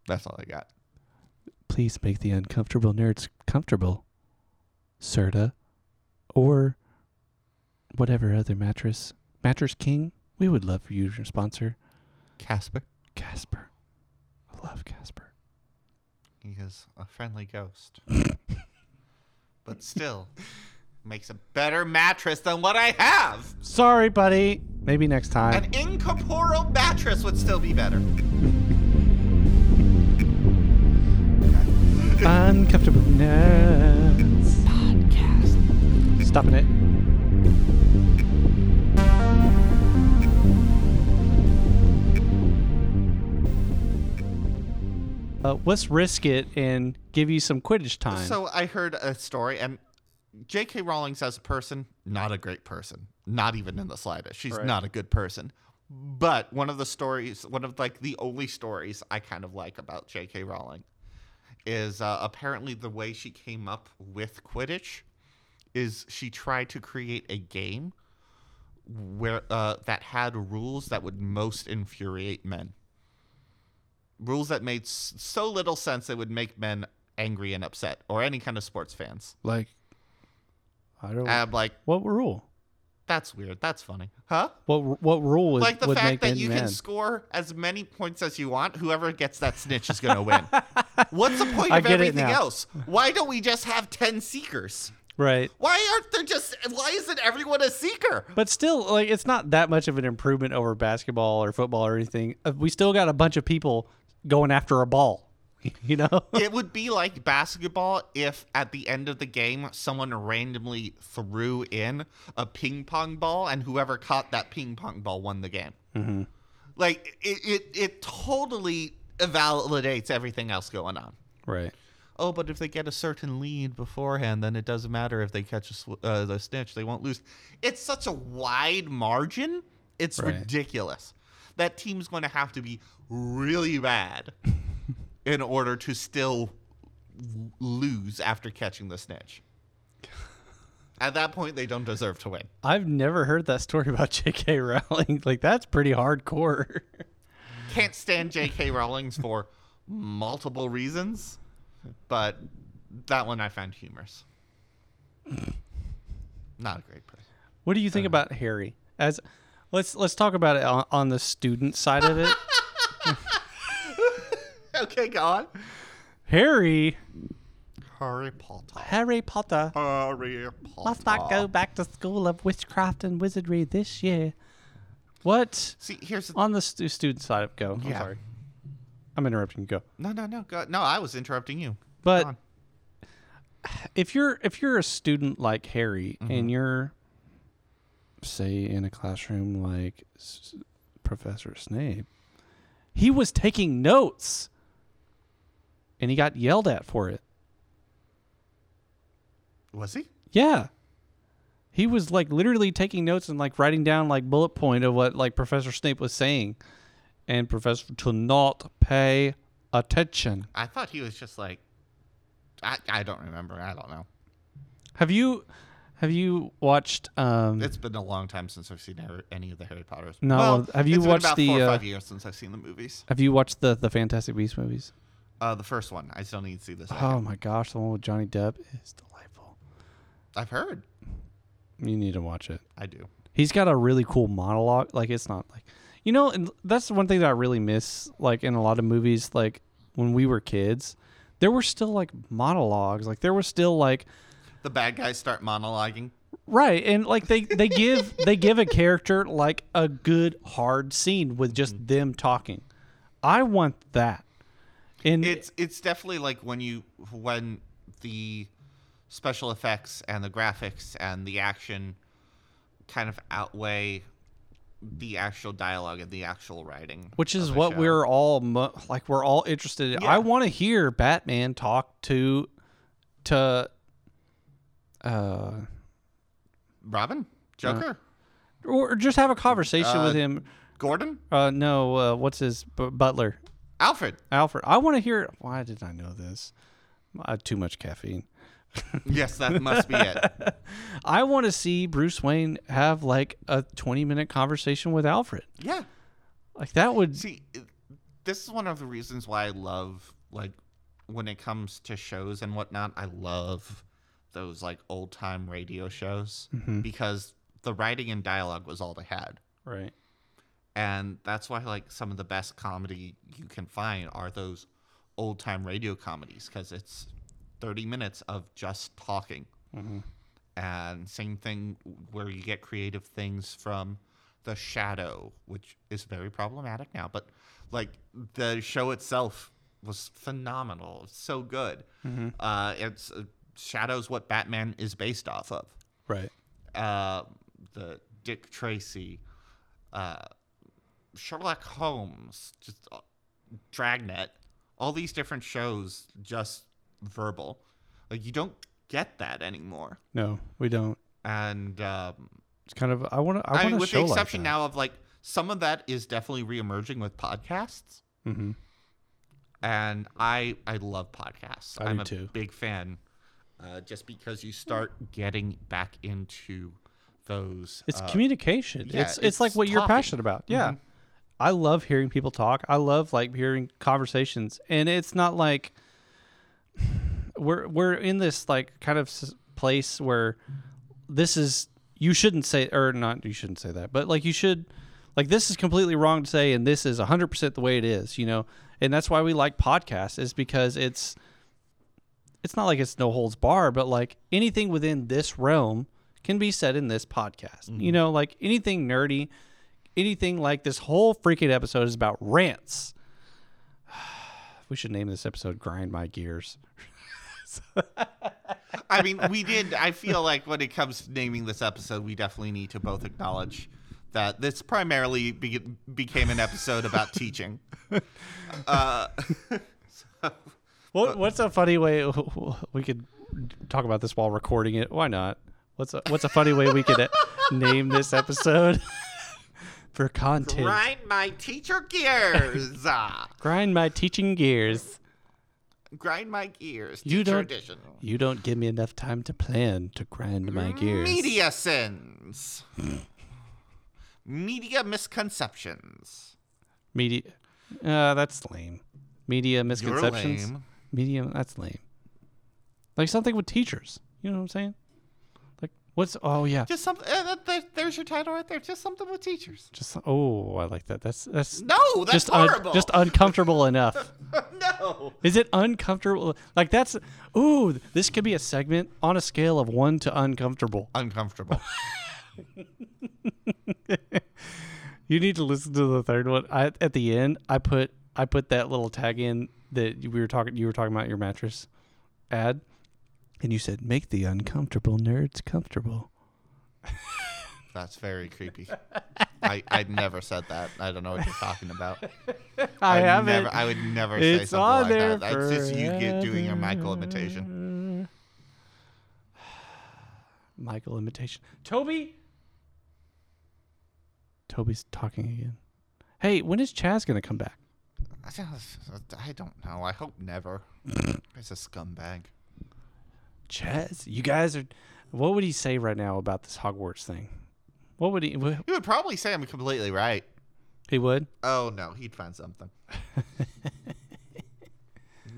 Speaker 1: That's all I got.
Speaker 2: Please make the uncomfortable nerds comfortable. Serta, or whatever other mattress, mattress king. We would love for you to sponsor
Speaker 1: Casper.
Speaker 2: Casper. I love Casper.
Speaker 1: He is a friendly ghost. but still, makes a better mattress than what I have.
Speaker 2: Sorry, buddy. Maybe next time.
Speaker 1: An incorporeal mattress would still be better.
Speaker 2: Uncomfortableness. Podcast. Stopping it. Uh, let's risk it and give you some Quidditch time.
Speaker 1: So I heard a story, and J.K. Rowling's as a person, not a great person, not even in the slightest. She's
Speaker 2: Right.
Speaker 1: not a good person. But one of the stories, one of like the only stories I kind of like about J.K. Rowling, is uh, apparently the way she came up with Quidditch, is she tried to create a game where uh, that had rules that would most infuriate men. Rules that made s- so little sense it would make men angry and upset, or any kind of sports fans.
Speaker 2: like, I don't.
Speaker 1: And I'm like,
Speaker 2: what rule?
Speaker 1: that's weird. That's funny. Huh?
Speaker 2: What what rule would,
Speaker 1: Like the
Speaker 2: would make
Speaker 1: fact that
Speaker 2: men
Speaker 1: you
Speaker 2: men?
Speaker 1: can score as many points as you want, whoever gets that snitch is going to win. What's the point
Speaker 2: I
Speaker 1: of
Speaker 2: get it
Speaker 1: everything
Speaker 2: now.
Speaker 1: else? Why don't we just have 10 seekers?
Speaker 2: right.
Speaker 1: Why aren't there just, why isn't everyone a seeker?
Speaker 2: But still, like it's not that much of an improvement over basketball or football or anything. Uh, We still got a bunch of people going after a ball, you know.
Speaker 1: it would be like basketball if at the end of the game someone randomly threw in a ping pong ball and whoever caught that ping pong ball won the game. Like it, it, it totally validates everything else going on.
Speaker 2: Right.
Speaker 1: Oh, but if they get a certain lead beforehand, then it doesn't matter if they catch a sw- uh, the snitch; they won't lose. It's such a wide margin; it's
Speaker 2: Right.
Speaker 1: ridiculous. That team's going to have to be really bad in order to still l- lose after catching the snitch. At that point, they don't deserve to win.
Speaker 2: I've never heard that story about J.K. Rowling. Like that's pretty hardcore.
Speaker 1: Can't stand J.K. Rowling's for multiple reasons, but that one I found humorous. Not a great person.
Speaker 2: What do you think about Harry? As let's let's talk about it on, on the student side of it.
Speaker 1: Okay, go on.
Speaker 2: Harry,
Speaker 1: Harry Potter.
Speaker 2: Harry Potter
Speaker 1: Harry Potter.
Speaker 2: must not go back to school of witchcraft and wizardry this year. What
Speaker 1: See, here's the.
Speaker 2: on the stu- student side of go? I'm
Speaker 1: Yeah.
Speaker 2: sorry, I'm interrupting. you. Go.
Speaker 1: No, no, no. Go, no, I was interrupting you.
Speaker 2: But
Speaker 1: Go on.
Speaker 2: if you're if you're a student like Harry and you're say in a classroom like S- Professor Snape, he was taking notes and he got yelled at for it.
Speaker 1: Was he?
Speaker 2: Yeah. He was like literally taking notes and like writing down like bullet point of what like Professor Snape was saying and Professor to not pay attention.
Speaker 1: I thought he was just like. I, I don't remember. I don't know.
Speaker 2: Have you have you watched um
Speaker 1: It's been a long time since I've seen Harry- any of the Harry Potters.
Speaker 2: No,
Speaker 1: Well,
Speaker 2: have you
Speaker 1: it's been
Speaker 2: watched
Speaker 1: about
Speaker 2: the,
Speaker 1: four or
Speaker 2: uh,
Speaker 1: five years since I've seen the movies.
Speaker 2: have you watched the the Fantastic Beasts movies?
Speaker 1: Uh, the first one. I still need to see this.
Speaker 2: Oh my gosh, the one with Johnny Depp is delightful.
Speaker 1: I've heard.
Speaker 2: You need to watch it.
Speaker 1: I do.
Speaker 2: He's got a really cool monologue. Like it's not like you know, and that's the one thing that I really miss. Like in a lot of movies, like when we were kids, there were still like monologues. Like there was still like
Speaker 1: The bad guys start monologuing.
Speaker 2: right, and like they they give they give a character like a good hard scene with just them talking. I want that. And
Speaker 1: It's it's definitely like when you when the special effects and the graphics and the action kind of outweigh the actual dialogue and the actual writing,
Speaker 2: which is
Speaker 1: of a
Speaker 2: what
Speaker 1: show.
Speaker 2: we're all mo- like we're all interested in. I
Speaker 1: Yeah.
Speaker 2: want to hear Batman talk to to uh
Speaker 1: Robin, Joker,
Speaker 2: or just have a conversation with
Speaker 1: Uh,
Speaker 2: him.
Speaker 1: Gordon,
Speaker 2: Uh no, uh, what's his b- butler?
Speaker 1: Alfred.
Speaker 2: Alfred. I want to hear why did I know this? I had too much caffeine.
Speaker 1: Yes, that must be it.
Speaker 2: I want to see Bruce Wayne have like a 20 minute conversation with Alfred.
Speaker 1: Yeah.
Speaker 2: Like that would
Speaker 1: See, it- this is one of the reasons why I love like when it comes to shows and whatnot. I love those like old time radio shows because the writing and dialogue was all they had,
Speaker 2: right.
Speaker 1: and that's why like some of the best comedy you can find are those old time radio comedies because it's thirty minutes of just talking, and same thing where you get creative things from the shadow which is very problematic now but like the show itself was phenomenal it's so good uh, it's uh, shadows what batman is based off of
Speaker 2: Right.
Speaker 1: uh, the dick tracy uh, sherlock holmes just uh, dragnet all these different shows just verbal like you don't get that anymore
Speaker 2: No, we don't.
Speaker 1: and um,
Speaker 2: It's kind of I want to. I,
Speaker 1: I,
Speaker 2: want
Speaker 1: mean,
Speaker 2: a
Speaker 1: with the
Speaker 2: show like
Speaker 1: exception
Speaker 2: that.
Speaker 1: now of like some of that is definitely reemerging with podcasts,
Speaker 2: Mhm.
Speaker 1: and I I love podcasts.
Speaker 2: I
Speaker 1: am
Speaker 2: do
Speaker 1: a
Speaker 2: too.
Speaker 1: big fan, uh, just because you start getting back into those.
Speaker 2: It's
Speaker 1: uh,
Speaker 2: communication.
Speaker 1: yeah,
Speaker 2: it's, it's like
Speaker 1: it's Mm-hmm.
Speaker 2: what you're
Speaker 1: talking.
Speaker 2: passionate about. Yeah. I love hearing people talk. I love like hearing conversations, and it's not like we're we're in this like kind of s- place where this is you shouldn't say or not you shouldn't say that, but like you should like this is completely wrong to say, and this is 100 percent the way it is, you know. And that's why we like podcasts is because it's it's not like it's no holds bar, but like anything within this realm can be said in this podcast.
Speaker 1: Mm-hmm.
Speaker 2: You know, like anything nerdy, anything like this whole freaking episode is about rants. We should name this episode Grind My Gears.
Speaker 1: I mean, we did. I feel like when it comes to naming this episode, we definitely need to both acknowledge that this primarily be- became an episode about teaching. Uh,
Speaker 2: What, what's a funny way we could talk about this while recording it? Why not? What's a, what's a funny way we could uh, name this episode for content?
Speaker 1: grind my teacher gears. Ah.
Speaker 2: Grind my teaching gears.
Speaker 1: grind my gears.
Speaker 2: You
Speaker 1: teacher
Speaker 2: don't-
Speaker 1: edition.
Speaker 2: You don't give me enough time to plan to grind my gears.
Speaker 1: Media sins. Media misconceptions.
Speaker 2: Media. Uh, that's lame. Media misconceptions.
Speaker 1: lame.
Speaker 2: Media. That's lame. Like something with teachers. You know what I'm saying? Like what's? Oh yeah. Just,
Speaker 1: Just something. Uh, that- that- there's your title right there. Just something with teachers.
Speaker 2: oh, I like that. That's that's.
Speaker 1: No, that's
Speaker 2: just un-
Speaker 1: horrible.
Speaker 2: just uh, uncomfortable enough.
Speaker 1: no.
Speaker 2: Is it uncomfortable? Like that's. Ooh, this could be a segment on a scale of one to uncomfortable.
Speaker 1: Uncomfortable.
Speaker 2: You need to listen to the third one. I at the end, I put I put that little tag in that we were talking. You were talking about your mattress ad, and you said, "Make the uncomfortable nerds comfortable."
Speaker 1: That's very creepy. I I never said that. I don't know what you're talking about.
Speaker 2: I,
Speaker 1: would
Speaker 2: haven't.
Speaker 1: Never, I would never say
Speaker 2: It's
Speaker 1: something
Speaker 2: on
Speaker 1: like
Speaker 2: there
Speaker 1: that. That's just you get doing your Michael imitation.
Speaker 2: Michael imitation. Toby. Toby's talking again. Hey, when is Chaz gonna come back?
Speaker 1: I don't- I don't know. I hope never. He's a scumbag.
Speaker 2: Chaz, you guys are. What would he say right now about this Hogwarts thing? What would he? wh-
Speaker 1: He would probably say I'm completely right.
Speaker 2: He would.
Speaker 1: Oh no, he'd find something.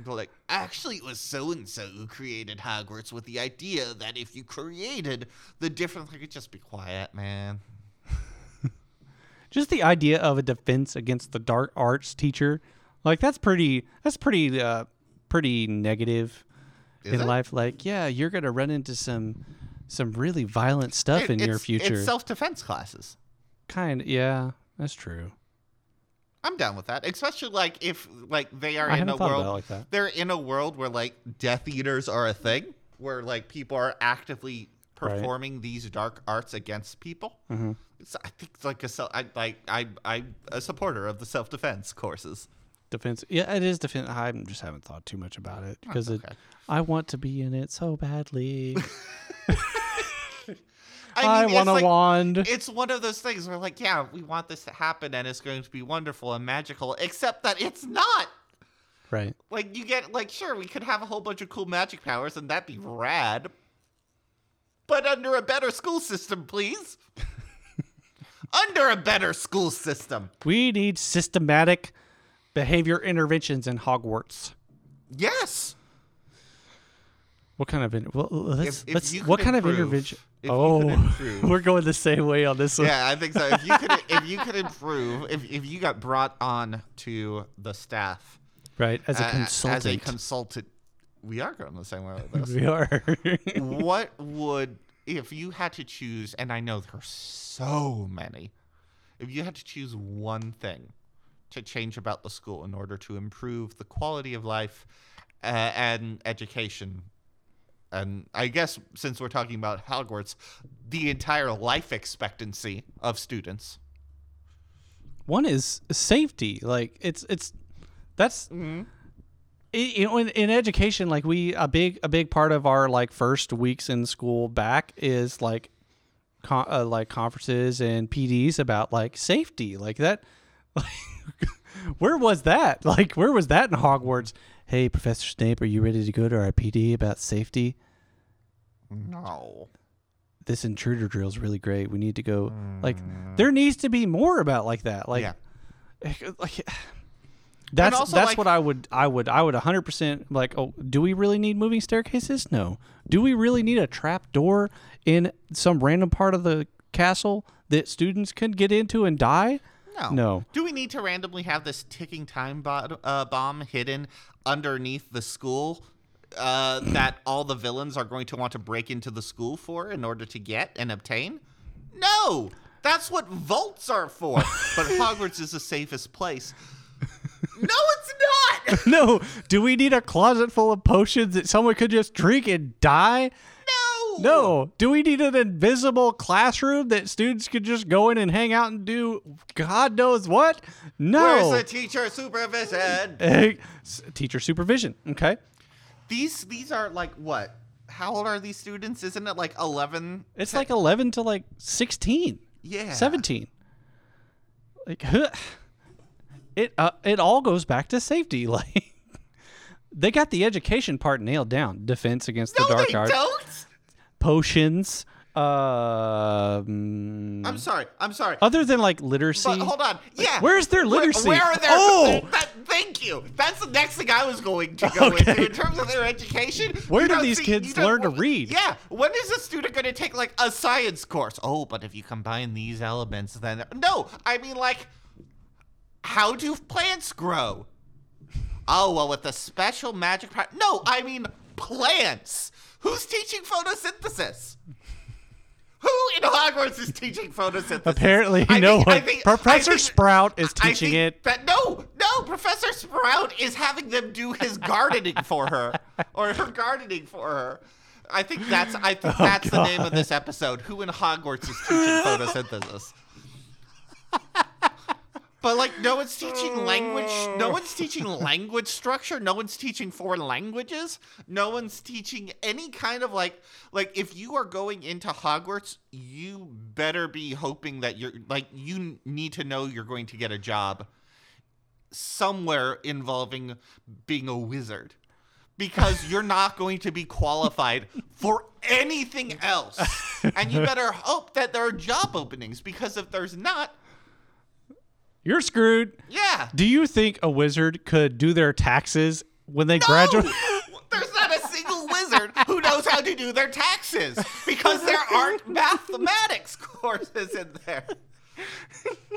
Speaker 1: Go like, actually, it was so and so who created Hogwarts with the idea that if you created the different, like, just be quiet, man.
Speaker 2: just the idea of a defense against the dark arts teacher like that's pretty that's pretty uh pretty negative
Speaker 1: Is
Speaker 2: in
Speaker 1: it?
Speaker 2: life like yeah you're gonna run into some some really violent stuff
Speaker 1: It-
Speaker 2: in your
Speaker 1: it's-
Speaker 2: future
Speaker 1: it's self-defense classes.
Speaker 2: kind yeah that's true
Speaker 1: I'm down with that, especially like if like they are
Speaker 2: I
Speaker 1: in
Speaker 2: hadn't
Speaker 1: a
Speaker 2: thought about
Speaker 1: world
Speaker 2: it like that.
Speaker 1: They're in a world where like Death Eaters are a thing, where like people are actively performing these dark arts against people.
Speaker 2: Mm-hmm.
Speaker 1: It's, I think it's like a self. I like I I'm a supporter of the self defense courses.
Speaker 2: defense yeah it is defense i just haven't thought too much about it because it
Speaker 1: Oh, okay.
Speaker 2: i want to be in it so badly
Speaker 1: I,
Speaker 2: i
Speaker 1: mean,
Speaker 2: want a
Speaker 1: it's like,
Speaker 2: wand
Speaker 1: It's one of those things where like yeah, we want this to happen and it's going to be wonderful and magical, except that it's not.
Speaker 2: right
Speaker 1: Like you get like sure we could have a whole bunch of cool magic powers and that'd be rad. But under a better school system, please. under a better school system.
Speaker 2: we need systematic behavior interventions in hogwarts
Speaker 1: Yes.
Speaker 2: What kind of in, well, let's,
Speaker 1: if
Speaker 2: let's
Speaker 1: you
Speaker 2: what
Speaker 1: could
Speaker 2: kind of
Speaker 1: improve-
Speaker 2: intervention?
Speaker 1: if you could
Speaker 2: Oh,
Speaker 1: improve-
Speaker 2: we're going the same way on this one.
Speaker 1: Yeah, I think so. If you could if you could improve, if if you got brought on to the staff
Speaker 2: Right, as a
Speaker 1: uh, as
Speaker 2: consultant,
Speaker 1: a consultant, we are going the same way with this.
Speaker 2: we are.
Speaker 1: what would if you had to choose, and I know there are so many, if you had to choose one thing to change about the school in order to improve the quality of life uh, and education, and I guess since we're talking about Hogwarts, the entire life expectancy of students.
Speaker 2: One is safety. Like it's it's that's i- you know in, in education like we a big a big part of our like first weeks in school back is like con- uh, like conferences and PDs about like safety like that where was that like where was that in Hogwarts hey professor Snape are you ready to go to our PD about safety
Speaker 1: No.
Speaker 2: this intruder drill is really great we need to go like there needs to be more about like that like
Speaker 1: yeah.
Speaker 2: like that's
Speaker 1: also,
Speaker 2: that's
Speaker 1: like-
Speaker 2: what I would I would I would 100% like oh do we really need moving staircases? No. Do we really need a trap door in some random part of the castle that students could get into and die?
Speaker 1: No.
Speaker 2: No.
Speaker 1: Do we need to randomly have this ticking time bo- uh, bomb hidden underneath the school uh, that all the villains are going to want to break into the school for in order to get and obtain? No. That's what vaults are for. but Hogwarts is the safest place. No, it's not.
Speaker 2: No. Do we need a closet full of potions that someone could just drink and die?
Speaker 1: No.
Speaker 2: No. Do we need an invisible classroom that students could just go in and hang out and do god knows what? No.
Speaker 1: Where's the teacher supervision?
Speaker 2: Egg- s- teacher supervision. Okay.
Speaker 1: These these are like what? How old are these students? Isn't it like eleven?
Speaker 2: It's like 11 to like 16,
Speaker 1: Yeah.
Speaker 2: 17. Like huh. it uh, it all goes back to safety like they got the education part nailed down. Defense against
Speaker 1: No,
Speaker 2: the dark
Speaker 1: they
Speaker 2: arts,
Speaker 1: don't.
Speaker 2: potions, um
Speaker 1: I'm sorry. I'm sorry.
Speaker 2: other than like literacy.
Speaker 1: but hold on. Yeah.
Speaker 2: where's their
Speaker 1: Where-
Speaker 2: literacy?
Speaker 1: Where, are their?
Speaker 2: Oh!
Speaker 1: that- thank you. That's the next thing I was going to go
Speaker 2: Okay.
Speaker 1: into in terms of their education.
Speaker 2: Where
Speaker 1: you
Speaker 2: do
Speaker 1: don't
Speaker 2: these
Speaker 1: see-
Speaker 2: kids
Speaker 1: you don't-
Speaker 2: learn to read?
Speaker 1: Yeah. When is a student going to take like a science course? Oh, but if you combine these elements, then no. I mean, like, how do plants grow? Oh, well, with the special magic. Pro- no, I mean plants. Who's teaching photosynthesis? Who in Hogwarts is teaching photosynthesis?
Speaker 2: Apparently,
Speaker 1: I
Speaker 2: no
Speaker 1: think-
Speaker 2: one.
Speaker 1: I think-
Speaker 2: Professor
Speaker 1: I think-
Speaker 2: Sprout is
Speaker 1: I
Speaker 2: teaching
Speaker 1: think
Speaker 2: it.
Speaker 1: That no, no, Professor Sprout is having them do his gardening for her, or her gardening for her. I think that's I think
Speaker 2: Oh,
Speaker 1: that's the name of this episode. Who in Hogwarts is teaching photosynthesis? But like, no one's teaching language. No one's teaching language structure. No one's teaching foreign languages. No one's teaching any kind of like, like if you are going into Hogwarts, you better be hoping that you're like you need to know you're going to get a job somewhere involving being a wizard, because you're not going to be qualified for anything else, and you better hope that there are job openings because if there's not,
Speaker 2: You're screwed.
Speaker 1: yeah.
Speaker 2: Do you think a wizard could do their taxes when they graduate?
Speaker 1: No! There's not a single wizard who knows how to do their taxes because there aren't mathematics courses in there.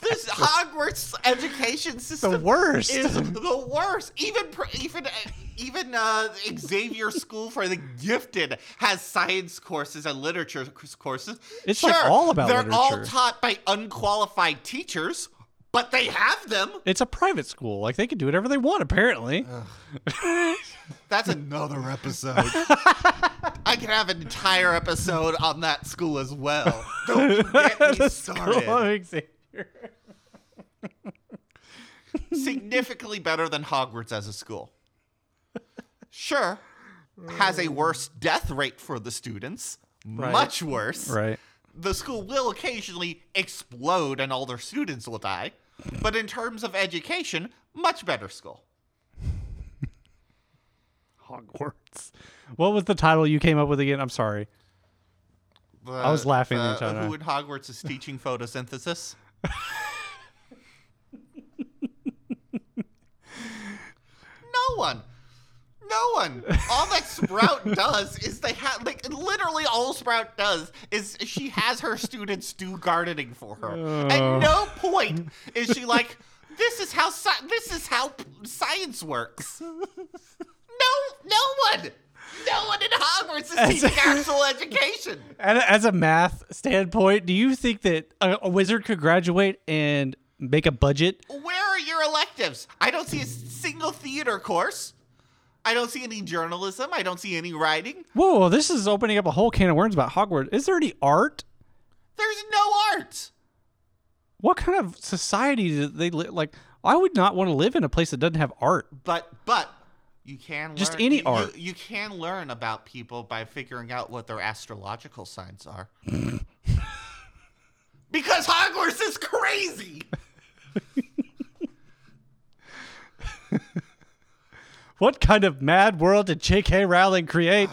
Speaker 1: This Hogwarts education system
Speaker 2: worst.
Speaker 1: is the worst. Even pr- even even uh, Xavier School for the Gifted has science courses and literature c- courses.
Speaker 2: It's,
Speaker 1: sure,
Speaker 2: like, all about
Speaker 1: they're all
Speaker 2: literature.
Speaker 1: taught by unqualified teachers, but they have them.
Speaker 2: It's a private school. Like they can do whatever they want, apparently.
Speaker 1: That's another episode. I could have an entire episode on that school as well. Don't you get me started. Significantly better than Hogwarts as a school. Sure, has a worse death rate for the students. Much worse.
Speaker 2: Right.
Speaker 1: The school will occasionally explode and all their students will die. But in terms of education, much better school.
Speaker 2: Hogwarts. What was the title you came up with again? I'm sorry.
Speaker 1: I
Speaker 2: was laughing the entire time.
Speaker 1: Who in uh, Hogwarts is teaching photosynthesis? no one. No one. All that Sprout does is they have like literally all Sprout does is she has her students do gardening for her.
Speaker 2: Oh.
Speaker 1: At no point is she like, this is how sci- this is how p- science works. No, no one. No one in Hogwarts is teaching actual education.
Speaker 2: And as a math standpoint, do you think that a, a wizard could graduate and make a budget?
Speaker 1: Where are your electives? I don't see a single theater course. I don't see any journalism. I don't see any writing.
Speaker 2: Whoa, this is opening up a whole can of worms about Hogwarts. Is there any art?
Speaker 1: There's no art.
Speaker 2: What kind of society do they live? Like, I would not want to live in a place that doesn't have art.
Speaker 1: But but you can
Speaker 2: Just
Speaker 1: learn,
Speaker 2: any
Speaker 1: you-
Speaker 2: art.
Speaker 1: You, you can learn about people by figuring out what their astrological signs are. because Hogwarts is crazy.
Speaker 2: What kind of mad world did J.K. Rowling create?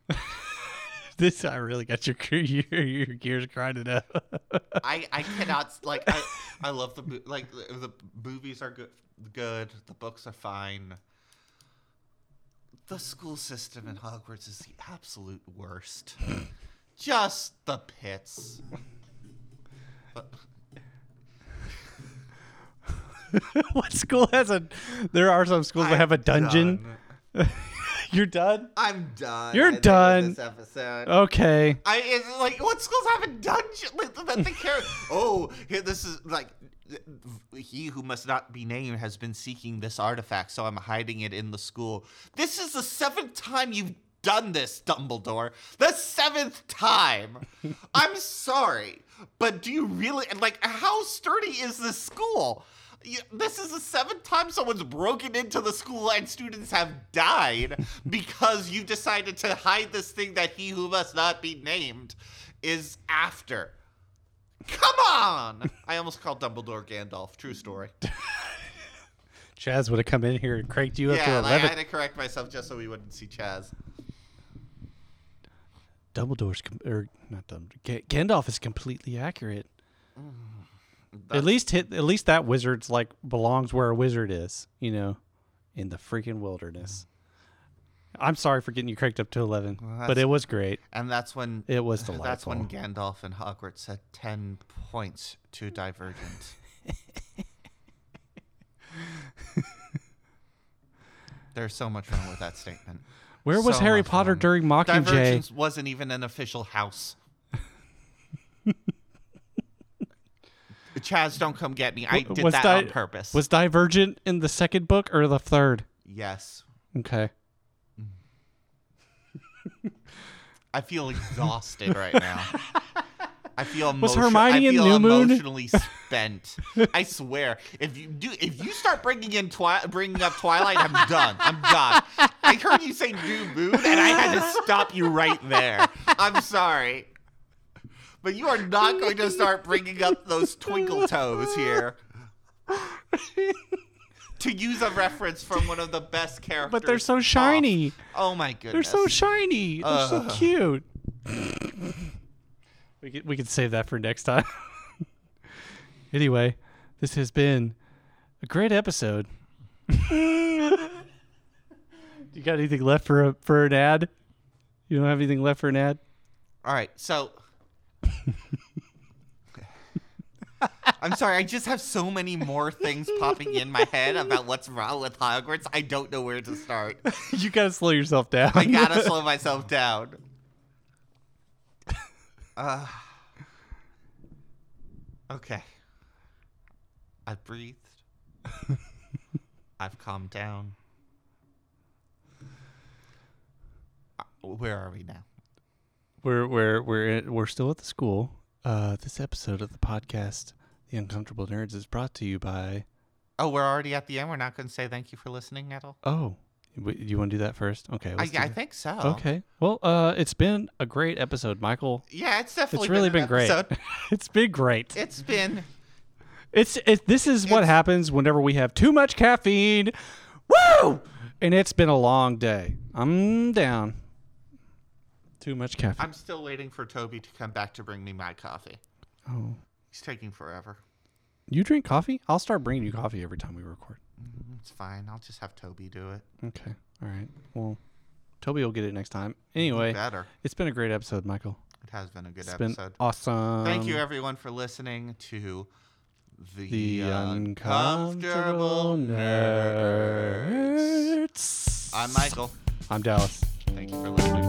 Speaker 2: this I really got your your, your gears grinded up.
Speaker 1: I I cannot like I I love the mo- like the, the movies are good good the books are fine. The school system in Hogwarts is the absolute worst. Just the pits.
Speaker 2: what school has a? There are some schools that have a
Speaker 1: I'm
Speaker 2: dungeon.
Speaker 1: done.
Speaker 2: You're done.
Speaker 1: I'm done.
Speaker 2: You're
Speaker 1: I think, with
Speaker 2: done. Oh,
Speaker 1: This episode.
Speaker 2: Okay.
Speaker 1: I it's like what schools have a dungeon like, that they care. oh, here this is like he who must not be named has been seeking this artifact, so I'm hiding it in the school. This is the seventh time you've done this, Dumbledore. The seventh time. I'm sorry, but do you really and, like how sturdy is this school? You- This is the seventh time someone's broken into the school and students have died because you decided to hide this thing that he who must not be named is after. Come on! I almost called Dumbledore Gandalf. True story.
Speaker 2: Chaz would have come in here and cranked you up to
Speaker 1: Yeah, like, I
Speaker 2: eleven.
Speaker 1: had to correct myself just so we wouldn't see Chaz.
Speaker 2: Dumbledore's com- or not Dumbledore. Ga- Gandalf is completely accurate.
Speaker 1: That's-
Speaker 2: at least hit. At least that wizard's like belongs where a wizard is. You know, in the freaking wilderness. I'm sorry for getting you cranked up to eleven, but
Speaker 1: that's-
Speaker 2: it was great.
Speaker 1: And that's when
Speaker 2: It was
Speaker 1: that's
Speaker 2: delightful.
Speaker 1: when Gandalf and Hogwarts had ten points to Divergent. There's so much wrong with that statement.
Speaker 2: Where was
Speaker 1: So
Speaker 2: Harry
Speaker 1: much
Speaker 2: Potter
Speaker 1: wrong.
Speaker 2: during Mockingjay?
Speaker 1: Divergence wasn't even an official house. Chaz, don't come get me. I
Speaker 2: W-
Speaker 1: did
Speaker 2: was
Speaker 1: that
Speaker 2: Di-
Speaker 1: on purpose.
Speaker 2: Was Divergent in the second book or the third?
Speaker 1: yes.
Speaker 2: Okay.
Speaker 1: I feel exhausted right now. I feel
Speaker 2: Was
Speaker 1: emotion-
Speaker 2: Hermione
Speaker 1: I
Speaker 2: in
Speaker 1: feel
Speaker 2: New Moon?
Speaker 1: emotionally spent. I swear, if you do, if you start bringing in twi- bringing up Twilight, I'm done. I'm done. I heard you say New Moon, and I had to stop you right there. I'm sorry, but you are not going to start bringing up those twinkle toes here. to use a reference from one of the best characters,
Speaker 2: But they're so
Speaker 1: Toph.
Speaker 2: shiny.
Speaker 1: Oh my goodness!
Speaker 2: They're so shiny. They're so
Speaker 1: Ugh.
Speaker 2: cute. we could we could save that for next time. anyway, this has been a great episode. you got anything left for a, for an ad? You don't have anything left for an ad?
Speaker 1: All right, so I'm sorry, I just have so many more things popping in my head about what's wrong with Hogwarts. I don't know where to start.
Speaker 2: you gotta slow yourself down.
Speaker 1: I gotta slow myself down. Uh, okay. I've breathed. I've calmed down. Uh, Where are we now?
Speaker 2: we're we're we're we're still at the school. Uh, this episode of the podcast, The Uncomfortable Nerds, is brought to you by.
Speaker 1: Oh, we're already at the end. We're not going to say thank you for listening at all.
Speaker 2: Oh, w- you want to do that first? Okay.
Speaker 1: I,
Speaker 2: let's do
Speaker 1: I
Speaker 2: that.
Speaker 1: think so.
Speaker 2: Okay. Well, uh, it's been a great episode, Michael.
Speaker 1: Yeah, it's
Speaker 2: It's
Speaker 1: definitely
Speaker 2: really
Speaker 1: been,
Speaker 2: been
Speaker 1: an
Speaker 2: great.
Speaker 1: episode.
Speaker 2: it's been great.
Speaker 1: It's been
Speaker 2: It's it, this is what
Speaker 1: It's-
Speaker 2: happens whenever we have too much caffeine. Woo! And it's been a long day. I'm down. Too much caffeine.
Speaker 1: I'm still waiting for Toby to come back to bring me my coffee.
Speaker 2: oh,
Speaker 1: He's taking forever.
Speaker 2: you drink coffee? I'll start bringing you coffee every time we record.
Speaker 1: It's fine. I'll just have Toby do it.
Speaker 2: Okay. All right. Well, Toby will get it next time. Anyway,
Speaker 1: Better.
Speaker 2: it's been a great episode, Michael.
Speaker 1: It has been a good
Speaker 2: It's been um,
Speaker 1: episode.
Speaker 2: awesome.
Speaker 1: Thank you everyone for listening to the,
Speaker 2: The
Speaker 1: uncomfortable
Speaker 2: uncomfortable
Speaker 1: nerds.
Speaker 2: nerds.
Speaker 1: I'm Michael.
Speaker 2: I'm Dallas.
Speaker 1: Thank you for listening.